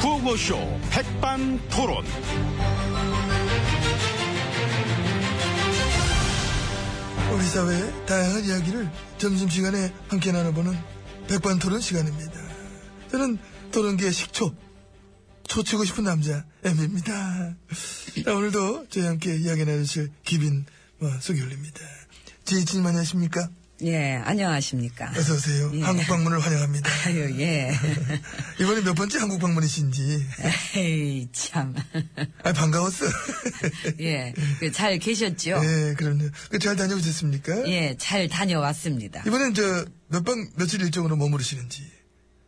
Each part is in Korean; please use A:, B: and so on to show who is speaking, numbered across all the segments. A: 구호쇼 백반토론.
B: 우리 사회의 다양한 이야기를 점심시간에 함께 나눠보는 백반토론 시간입니다. 저는 토론계의 식초, 초치고 싶은 남자 M입니다. 자, 오늘도 저희 함께 이야기 나누실 기빈 뭐, 소개 올립니다. 지혜진님 안녕하십니까?
C: 예, 안녕하십니까.
B: 어서오세요.
C: 예.
B: 한국 방문을 환영합니다.
C: 아유, 예.
B: 이번에 몇 번째 한국 방문이신지.
C: 에이, 참.
B: 아, 반가웠어.
C: 예, 그잘 계셨죠?
B: 예, 그럼요. 그잘 다녀오셨습니까?
C: 예, 잘 다녀왔습니다.
B: 이번엔 저, 몇 방, 며칠 일정으로 머무르시는지.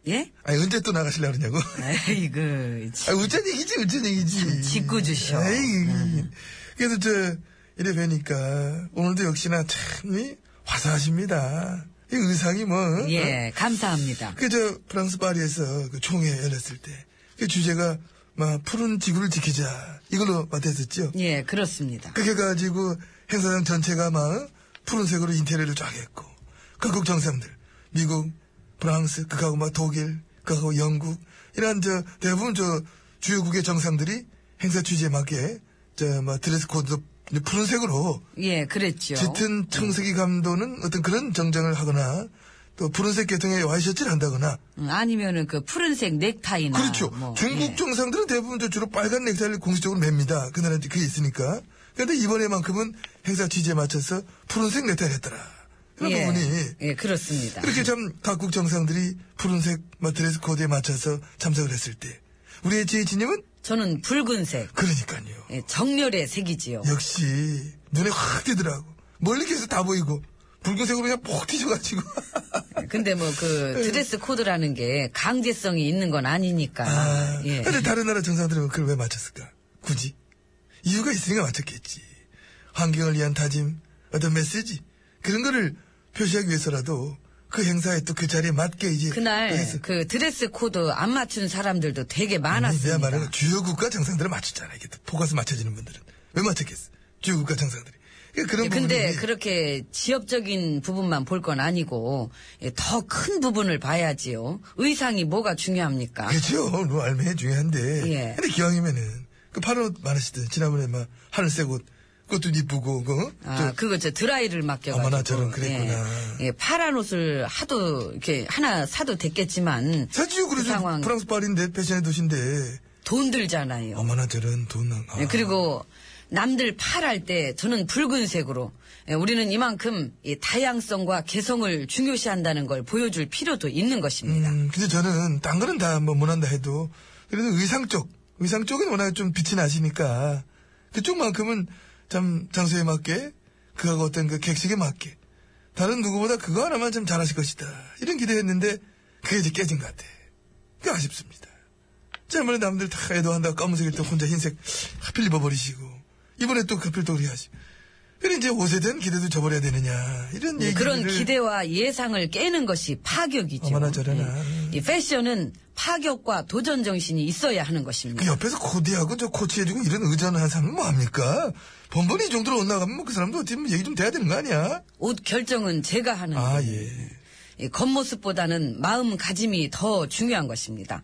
C: 예?
B: 아니, 언제 또 나가시려고 그러냐고.
C: 아이고,
B: 아,
C: 참.
B: 우짠 얘기지, 우짠 얘기지.
C: 참 짓궂으셔. 네.
B: 에이. 그래서 저, 이래 뵈니까, 오늘도 역시나 참, 이 화사하십니다. 이 의상이 뭐.
C: 예, 감사합니다.
B: 그, 저, 프랑스 파리에서 그 총회 열렸을 때, 그 주제가, 막, 푸른 지구를 지키자. 이걸로 맡았었죠.
C: 예, 그렇습니다.
B: 그렇게 가지고 행사장 전체가 막 어? 푸른색으로 인테리어를 쫙 했고 각국 정상들 미국 프랑스 그하고 막 독일 그하고 영국 이런 저 대부분 저 주요국의 정상들이 행사 취지에 맞게 저막 드레스 코드도 푸른색으로
C: 예, 그랬죠.
B: 짙은 청색이 감도는 어떤 그런 정장을 하거나 또 푸른색 계통의 와이셔츠를 한다거나
C: 음, 아니면은 그 푸른색 넥타이나.
B: 그렇죠.
C: 뭐,
B: 중국
C: 예.
B: 정상들은 대부분 저 주로 빨간 넥타이를 공식적으로 맵니다. 그날은 그게 있으니까. 그런데 이번에만큼은 행사 취지에 맞춰서 푸른색 넥타이를 했더라. 그런
C: 예,
B: 부분이 그렇죠.
C: 예, 그렇습니다.
B: 그렇게 참 각국 정상들이 푸른색 마- 드레스 코드에 맞춰서 참석을 했을 때 우리의 지혜진님은
C: 저는 붉은색,
B: 그러니까요.
C: 예, 정렬의 색이지요.
B: 역시 눈에 확 띄더라고. 멀리 계속 다 보이고 붉은색으로 그냥 폭 튀셔가지고.
C: 근데 뭐
B: 네.
C: 그 드레스 코드라는 게 강제성이 있는 건 아니니까.
B: 아,
C: 예.
B: 근데 다른 나라 정상들은 그걸 왜 맞췄을까? 굳이? 이유가 있으니까 맞췄겠지. 환경을 위한 다짐, 어떤 메시지, 그런 거를 표시하기 위해서라도 그 행사에 또 그 자리에 맞게 이제.
C: 그날 그 드레스 코드 안 맞춘 사람들도 되게 많았습니다.
B: 말하는 주요 국가 정상들을 맞췄잖아. 이게 또 포커스 맞춰지는 분들은. 왜 맞췄겠어? 주요 국가 정상들이. 그러니까 그런 부분이.
C: 근데 그렇게 지역적인 부분만 볼 건 아니고 예, 더 큰 부분을 봐야지요. 의상이 뭐가 중요합니까?
B: 그렇죠. 뭐 알매 중요한데.
C: 예.
B: 근데 기왕이면은 그 파란 옷 많으시던 지난번에 막 하늘색 옷 그것도 이쁘고 그
C: 아, 그거 저 드라이를 맡겨가지고.
B: 어머나, 저런 그랬구나.
C: 예, 예, 파란 옷을 하도 이렇게 하나 사도 됐겠지만
B: 사지요 그러죠.
C: 그 상황.
B: 프랑스 파리인데 패션의 도시인데
C: 돈 들잖아요.
B: 어머나 저런 돈. 아.
C: 예, 그리고 남들 팔할 때 저는 붉은색으로 예, 우리는 이만큼 이 다양성과 개성을 중요시한다는 걸 보여줄 필요도 있는 것입니다.
B: 음, 근데 저는 딴 거는 다뭐 못한다 해도 그래도 의상 쪽 의상 쪽은 워낙 좀 빛이 나시니까 그쪽만큼은 참 장소에 맞게 그하고 어떤 그 객식에 맞게 다른 누구보다 그거 하나만 참 잘하실 것이다 이런 기대했는데 그게 이제 깨진 것 같아. 그 아쉽습니다. 저번에 남들 다 애도한다 검은색일 때 혼자 흰색 하필 입어버리시고 이번에 또 하필 또 그리 하시. 그래 이제 옷에 대한 기대도 저버려야 되느냐 이런
C: 예,
B: 얘기
C: 그런 기대와 예상을 깨는 것이 파격이죠.
B: 네, 어머나 저러나.
C: 예, 이 패션은 파격과 도전 정신이 있어야 하는 것입니다.
B: 그 옆에서 코디하고 저 코치해주고 이런 의전한 사람은 뭐합니까? 번번이 이 정도로 올라가면 뭐그 사람도 어찌 보면 얘기 좀 돼야 되는 거 아니야?
C: 옷 결정은 제가 하는
B: 아,
C: 거예요.
B: 예.
C: 이 겉모습보다는 마음가짐이 더 중요한 것입니다.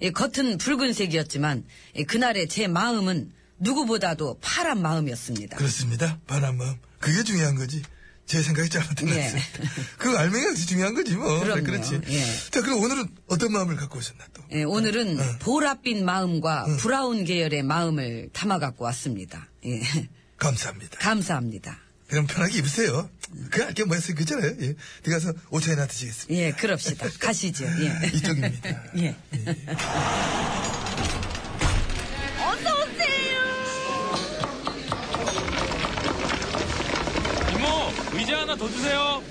C: 이 겉은 붉은색이었지만 이 그날의 제 마음은 누구보다도 파란 마음이었습니다.
B: 그렇습니다. 바람 마음. 그게 중요한 거지. 제 생각이 잘못된 것
C: 예.
B: 같습니다. 그 알맹이가 역시 중요한 거지 뭐.
C: 그럼요.
B: 그렇지.
C: 예.
B: 자, 그럼 오늘은 어떤 마음을 갖고 오셨나 또?
C: 예, 오늘은
B: 음.
C: 보랏빛 마음과 브라운 계열의 마음을 담아 갖고 왔습니다. 예,
B: 감사합니다.
C: 감사합니다.
B: 그럼 편하게 입으세요. 그 알게 뭐 했어요. 그잖아요. 예. 들어가서 오차이나 드시겠습니다.
C: 예, 그럽시다. 가시죠. 예.
B: 이쪽입니다.
C: 예.
D: 이모 의자 하나 더 주세요.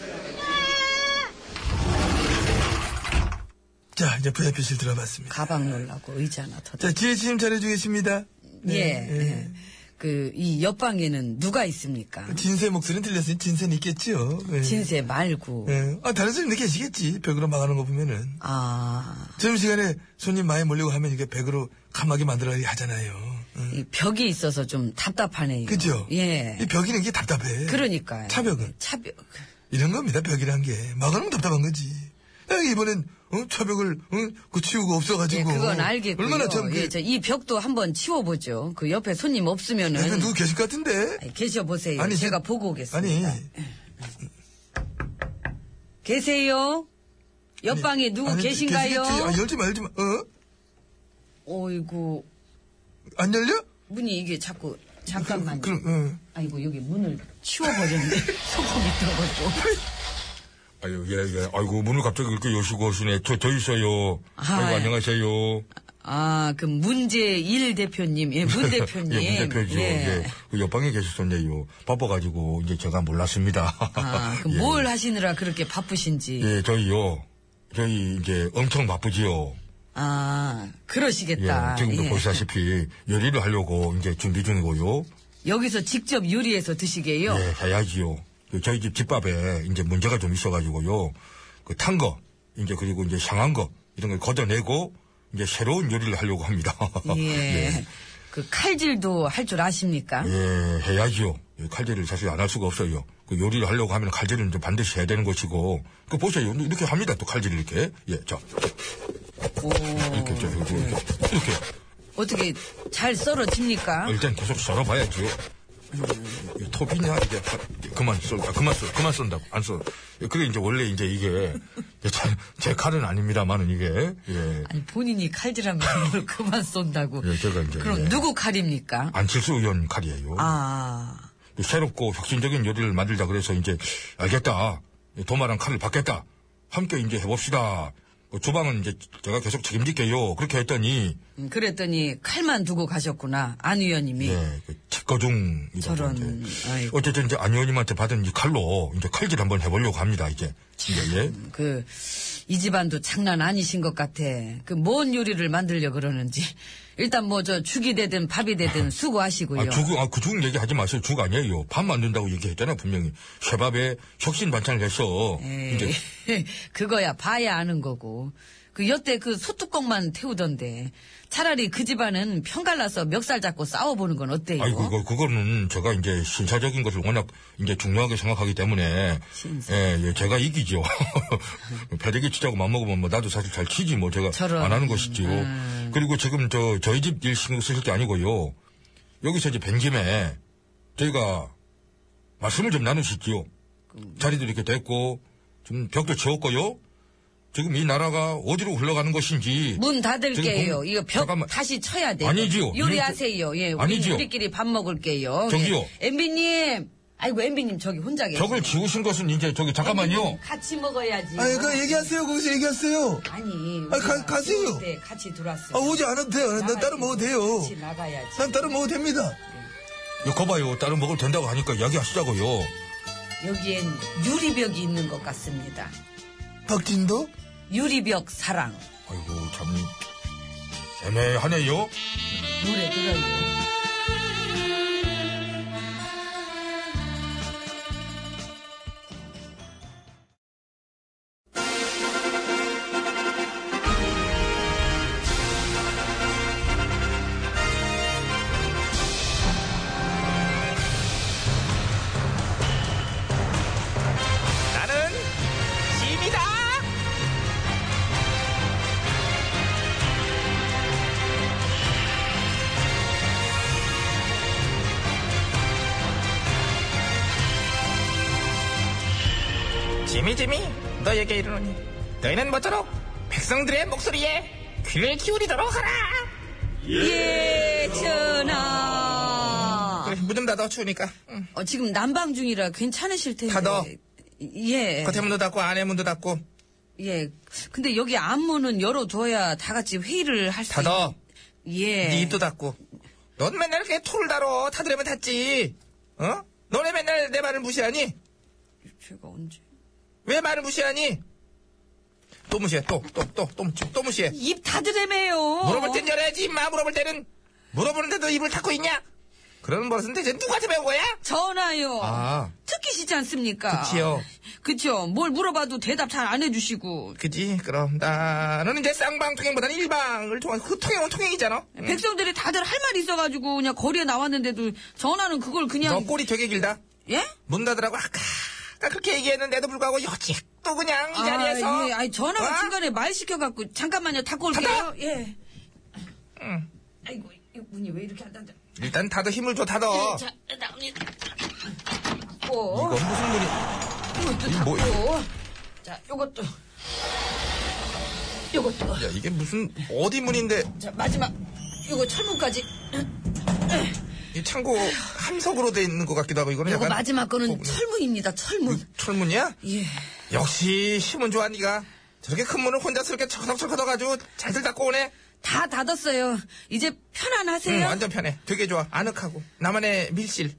B: 자, 이제 부자표실 들어봤습니다.
C: 가방 놀라고 의자 하나 더.
B: 자, 지혜씨님 잘해주고 계십니다.
C: 예.
B: 네.
C: 예. 그, 이 옆방에는 누가 있습니까?
B: 진세 목소리는 들렸으니 진세는 있겠지요. 예.
C: 진세 말고.
B: 예. 아, 다른 손님들 계시겠지. 벽으로 막아놓은 거 보면은.
C: 아,
B: 점심시간에 손님 많이 몰리고 하면 이게 벽으로 감하게 만들어야 하잖아요. 응.
C: 이 벽이 있어서 좀 답답하네요.
B: 그죠?
C: 예.
B: 이 벽이는 게 답답해.
C: 그러니까요.
B: 차벽은.
C: 차벽.
B: 이런 겁니다, 벽이란 게. 막아놓으면 답답한 거지. 아, 이번엔 어, 차벽을 어, 그 치우고
C: 예,
B: 없어가지고
C: 그건 알겠고요.
B: 얼마나 참 그,
C: 예, 저 이 벽도 한번 치워보죠. 그 옆에 손님 없으면은
B: 옆에 누구 계실 것 같은데
C: 아니, 계셔보세요.
B: 아니,
C: 제가
B: 지-
C: 보고
B: 아니
C: 오겠습니다. 계세요? 옆방에 누구
B: 아니,
C: 계신가요?
B: 계시겠지. 아, 열지 마 열지 마어안
C: 어이구
B: 열려?
C: 문이 이게 자꾸 잠깐만요.
B: 그럼 어.
C: 아이고 여기 문을 치워버렸네. 소금이 들어가지고.
A: 아유, 예, 예. 아이고, 문을 갑자기 이렇게 여시고 하시네. 저, 저 있어요.
C: 아,
A: 아, 이고
C: 예.
A: 안녕하세요.
C: 아, 그 문제 일 대표님, 예, 문 대표님.
A: 예, 문 대표죠. 예. 그 옆방에 계셨었네요. 바빠가지고, 이제 제가 몰랐습니다.
C: 아,
A: 예.
C: 그뭘 하시느라 그렇게 바쁘신지.
A: 예, 저희요. 저희 이제 엄청 바쁘지요.
C: 아,
A: 예,
C: 그러시겠다.
A: 지금도
C: 예.
A: 보시다시피 요리를 하려고 이제 준비 중이고요.
C: 여기서 직접 요리해서 드시게요.
A: 예, 해야지요. 그 저희 집 집밥에 이제 문제가 좀 있어가지고요. 그 탄 거, 이제 그리고 이제 상한 거, 이런 걸 걷어내고, 이제 새로운 요리를 하려고 합니다.
C: 예. 그 칼질도 할 줄 아십니까?
A: 예, 해야지요. 예, 칼질을 사실 안 할 수가 없어요. 그 요리를 하려고 하면 칼질은 좀 반드시 해야 되는 것이고. 그 보세요. 이렇게 합니다. 또 칼질을 이렇게. 예, 자.
C: 오.
A: 이렇게, 저, 이렇게, 이렇게. 이렇게.
C: 어떻게 잘 썰어집니까?
A: 일단 계속 썰어봐야지요. 이 톱이냐, 이게. 다- 이게 그만 썰, 아, 그만 썰, 그만 썬다고. 안 썰. 예, 그게 이제 원래 이제 이게. 제, 제 칼은 아닙니다만은 이게. 예.
C: 아니 본인이 칼질하면 뭘 그만 쏜다고.
A: 예, 제가 이제,
C: 그럼
A: 예.
C: 누구 칼입니까?
A: 안칠수 의원 칼이에요.
C: 아,
A: 새롭고 혁신적인 요리를 만들자 그래서 이제 알겠다 도마랑 칼을 받겠다 함께 이제 해봅시다 그 주방은 이제 제가 계속 책임질게요 그렇게 했더니
C: 음, 그랬더니 칼만 두고 가셨구나 안 의원님이.
A: 예, 그 책거중 이라고
C: 저런,
A: 이제.
C: 아이고.
A: 어쨌든 이제 안 의원님한테 받은 이 칼로 이제 칼질 한번 해보려고 합니다 이제 예, 예.
C: 그 이 집안도 장난 아니신 것 같아. 그 뭔 요리를 만들려 그러는지. 일단 뭐 저 죽이 되든 밥이 되든 수고하시고요.
A: 아, 죽, 아, 그죽 얘기하지 마세요. 죽 아니에요. 밥 만든다고 얘기했잖아, 분명히. 쇠밥에 혁신 반찬을 해서.
C: 예.
A: 이제,
C: 에이, 그거야 봐야 아는 거고. 그 여태 그 소뚜껑만 태우던데. 차라리 그 집안은 편갈라서 멱살 잡고 싸워보는 건 어때요?
A: 아이고, 그거, 그거는 제가 이제 신사적인 것을 워낙 이제 중요하게 생각하기 때문에.
C: 신사.
A: 예, 예, 제가 이기죠. 패대기 치자고 맘먹으면 뭐 나도 사실 잘 치지 뭐 제가
C: 저런.
A: 안 하는 것이지요.
C: 음.
A: 그리고 지금 저, 저희 집 일 신경 쓰실 게 아니고요. 여기서 이제 뵌 김에 저희가 말씀을 좀 나누시지요. 자리도 이렇게 됐고, 지금 벽도 채웠고요. 지금 이 나라가 어디로 흘러가는 것인지.
C: 문 닫을게요.
A: 지금 문-
C: 이거 벽
A: 잠깐만.
C: 다시 쳐야 돼요.
A: 아니지요.
C: 요리하세요. 예, 우리
A: 아니지요.
C: 우리끼리 밥 먹을게요.
A: 저기요.
C: 예. 엠비님. 아이고 엠비님 저기 혼자 계세요.
A: 벽을 지우신 것은 이제 저기 잠깐만요.
C: 엠비님, 같이 먹어야지.
B: 아니 그 얘기하세요 거기서 얘기하세요.
C: 아니.
B: 아니, 가-
C: 우리가
B: 가세요.
C: 지울 때 같이 들어왔어요.
B: 아 오지 않아도 돼요. 난 따로 먹어도 돼요.
C: 같이 나가야지.
B: 난 따로 먹어도 됩니다.
A: 이거 거봐요. 다른 먹을 된다고 하니까 이야기하시자고요.
C: 여기엔 유리벽이 있는 것 같습니다.
B: 박진도
C: 유리벽 사랑.
A: 아이고 참 애매하네요.
C: 노래 들어요.
D: 나는 짐이다. 짐이 짐이 너에게 이르노니 너희는 모쪼록 백성들의 목소리에 귀를 기울이도록 하라.
C: 예, 전하.
D: 그래, 문좀 닫아 추우니까. 음, 응.
C: 어, 지금 난방 중이라 괜찮으실 텐데.
D: 닫어.
C: 예.
D: 겉에 문도 닫고 안에 문도 닫고
C: 예. 근데 여기 앞문은 열어둬야 다 같이 회의를 할 수.
D: 닫어.
C: 예.
D: 네 입도 닫고. 넌 맨날 그냥 토를 달어. 타들으면 닫지. 어? 너네 맨날 내 말을 무시하니?
C: 제가 언제?
D: 왜 말을 무시하니? 또 무시해. 또, 또, 또, 또, 또, 또 무시해.
C: 입 닫으래매요.
D: 물어볼 땐 열어야지, 임마. 물어볼 때는. 물어보는데도 입을 닫고 있냐? 그런 버릇은 대체 누구한테 배운 거야?
C: 전화요.
D: 아.
C: 특기시지 않습니까?
D: 그치요.
C: 그치요. 뭘 물어봐도 대답 잘 안 해주시고.
D: 그지? 그럼 나는 이제 쌍방 통행보다는 일방을 통한 그 통행은 통행이잖아. 응.
C: 백성들이 다들 할 말이 있어가지고 그냥 거리에 나왔는데도 전화는
A: 어,
C: 그걸 그냥.
D: 너 꼴이 되게 길다.
C: 예?
D: 문 닫으라고 아까, 아까 그렇게 얘기했는데도 불구하고 여지껏
A: 또 그냥 이 자리에서.
C: 아, 예. 아니, 전화가
A: 어?
C: 중간에 말 시켜갖고 잠깐만요. 닫고 올게요.
A: 닫아!
C: 예. 아이고 이 문이 왜 이렇게 안 닫아?
A: 일단 다들 힘을 줘, 다들.
C: 자 나옵니다. 닫고
A: 어. 이거 무슨 분이.
C: 어? 이것도
A: 이거
C: 닫고
A: 뭐야?
C: 자 요것도 요것도
A: 야, 이게 무슨, 어디 문인데,
C: 자 마지막 요거 철문까지
A: 이 창고 함석으로 돼 있는 것 같기도 하고, 이거는
C: 요거
A: 약간.
C: 마지막 거는
A: 어,
C: 철문입니다. 철문.
A: 철문이야?
C: 예.
A: 역시 힘은 좋아 니가 저렇게 큰 문을 혼자스럽게 철컥철컥 가지고 잘들 닦고 오네
C: 다 닫았어요. 이제
A: 응,
C: 편안하세요.
A: 완전 편해 되게 좋아 아늑하고 나만의 밀실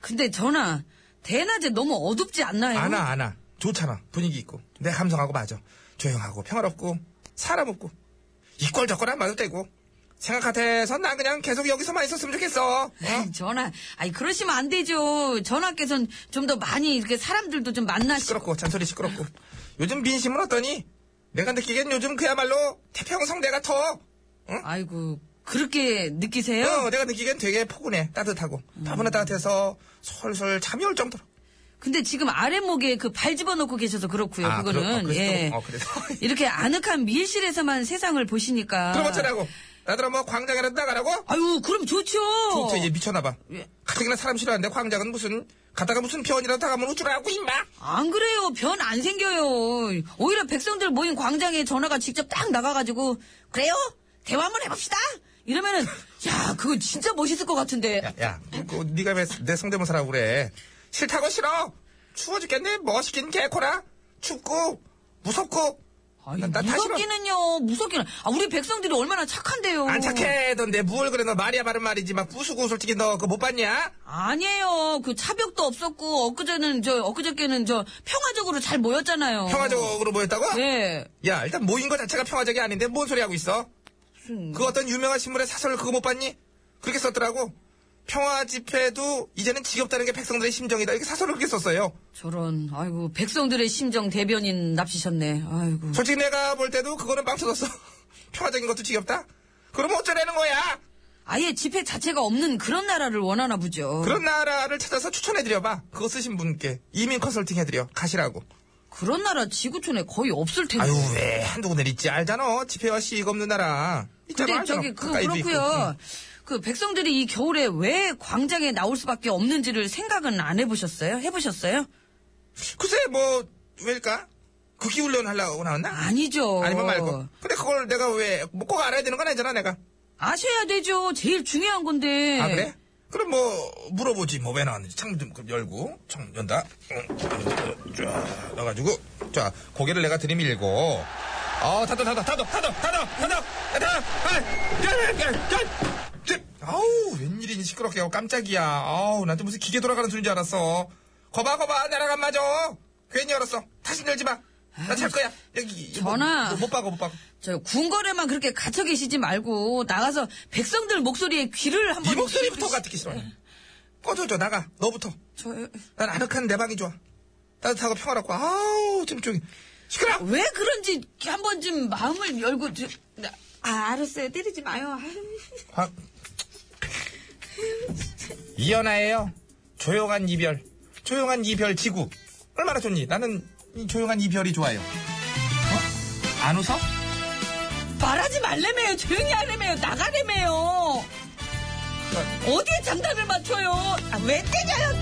C: 근데 전화 대낮에 너무 어둡지 않나요?
A: 안아 안아 좋잖아 분위기 있고 내 감성하고 맞아 조용하고 평화롭고 사람 없고 이꼴 저꼴 안 봐도 되고 생각 같아선 난 그냥 계속 여기서만 있었으면 좋겠어 어?
C: 아이, 네, 전화, 아니 그러시면 안 되죠. 전화께서는 좀 더 많이 이렇게 사람들도 좀 만나시고
A: 시끄럽고 잔소리 시끄럽고 요즘 민심은 어떠니? 내가 느끼기엔 요즘 그야말로 태평성대가 더
C: 아이고 그렇게 느끼세요?
A: 어, 내가 느끼기엔 되게 포근해 따뜻하고 따분한 따뜻해서 솔솔 잠이 올 정도로
C: 근데 지금 아랫목에 그 발 집어넣고 계셔서 그렇고요.
A: 아,
C: 그거는
A: 그렇- 어, 그래서
C: 예.
A: 좀- 어, 그래서.
C: 이렇게 아늑한 밀실에서만 세상을 보시니까
A: 그럼 어쩌라고? 나들아 뭐 광장이라도 나가라고?
C: 아유 그럼 좋죠.
A: 진짜 이제 미쳤나봐. 가뜩이나 사람 싫어하는데 광장은 무슨 가다가 무슨 변이라도 당하면 우쭐하고 임마.
C: 안 그래요. 변 안 생겨요. 오히려 백성들 모인 광장에 전화가 직접 딱 나가가지고 그래요? 대화 한번 해봅시다. 이러면은 야 그거 진짜 멋있을 것 같은데.
A: 야, 야, 그, 네가 왜 내 성대모사라고 그래? 싫다고 싫어. 추워 죽겠네. 멋있긴 개코라. 춥고 무섭고.
C: 아이,
A: 나- 나 다시 봐.
C: 무섭기는요, 무섭기는. 아, 우리 백성들이 얼마나 착한데요.
A: 안 착해. 넌내 무얼 그래 너 말이야 바른 말이지 막 부수고 솔직히 너 그거 못 봤냐?
C: 아니에요. 그 차벽도 없었고, 엊그제는, 저, 엊그저께는 저, 평화적으로 잘 모였잖아요.
A: 평화적으로 보였다고?
C: 예.
A: 야 일단 모인 거 자체가 평화적이 아닌데 뭔 소리 하고 있어? 그 어떤 유명한 신문의 사설 그거 못 봤니? 그렇게 썼더라고. 평화 집회도 이제는 지겹다는 게 백성들의 심정이다. 이렇게 사설을 그렇게 썼어요.
C: 저런, 아이고, 백성들의 심정 대변인 납치셨네. 아이고.
A: 솔직히 내가 볼 때도 그거는 망쳐졌어. 평화적인 것도 지겹다? 그러면 어쩌라는 거야?
C: 아예 집회 자체가 없는 그런 나라를 원하나 보죠.
A: 그런 나라를 찾아서 추천해드려봐. 그거 쓰신 분께 이민 컨설팅 해드려. 가시라고.
C: 그런 나라 지구촌에 거의 없을 텐데. 네,
A: 아유, 왜 한두 군데 있지? 알잖아. 집회와 시위가 없는 나라. 있잖아.
C: 근데
A: 알잖아.
C: 저기, 그거
A: 가까이도 있고.
C: 그렇고요. 그 백성들이 이 겨울에 왜 광장에 나올 수밖에 없는지를 생각은 안 해보셨어요? 해보셨어요?
A: 응. 글쎄, 뭐, 왜일까? 그 기울려는 하려고 나왔나?
C: 아니죠.
A: 아니면 말고. 근데 그걸 내가 왜, 뭐 꼭 알아야 되는 건 아니잖아, 내가.
C: 아셔야 되죠. 제일 중요한 건데.
A: 아, 그래? 그럼 뭐, 물어보지, 뭐 왜 나왔는지. 창문 좀 그럼 열고, 창문 연다. 응, 쫙, 넣어가지고, 자, 고개를 내가 들이밀고, 어, 닫아, 닫아, 닫아, 닫아, 닫아, 닫아, 닫아, 아, 열, 열, 열. 쯧. 아우, 웬일이니 시끄럽게 하고 깜짝이야. 아우, 나한테 무슨 기계 돌아가는 소리인 줄 알았어. 거봐, 거봐, 나랑 안 맞아. 괜히 열었어. 다시 열지 마. 나 잘 거야. 여기. 뭐,
C: 전화.
A: 뭐, 못 박아, 못 박아.
C: 저 궁궐에만 그렇게 갇혀 계시지 말고 나가서 백성들 목소리에 귀를 한번
A: 네 목소리부터가 듣기 싫어. 꺼져줘, 나가. 너부터.
C: 저왜
A: 난 아늑한 내 방이 좋아. 따뜻하고 평화롭고, 아우, 좀, 좀, 시끄러워!
C: 그런지 한번 좀 마음을 열고 저- 나- 아 알았어요 때리지 마요. 아유.
A: 확. 이연아예요. 조용한 이별. 조용한 이별 지구. 얼마나 좋니? 나는 이 조용한 이별이 좋아요. 어? 안 웃어?
C: 말하지 말래매요 조용히 하래매요
A: 네.
C: 나가래매요 어디에 장단을 맞춰요? 아, 왜 때려요
A: 네?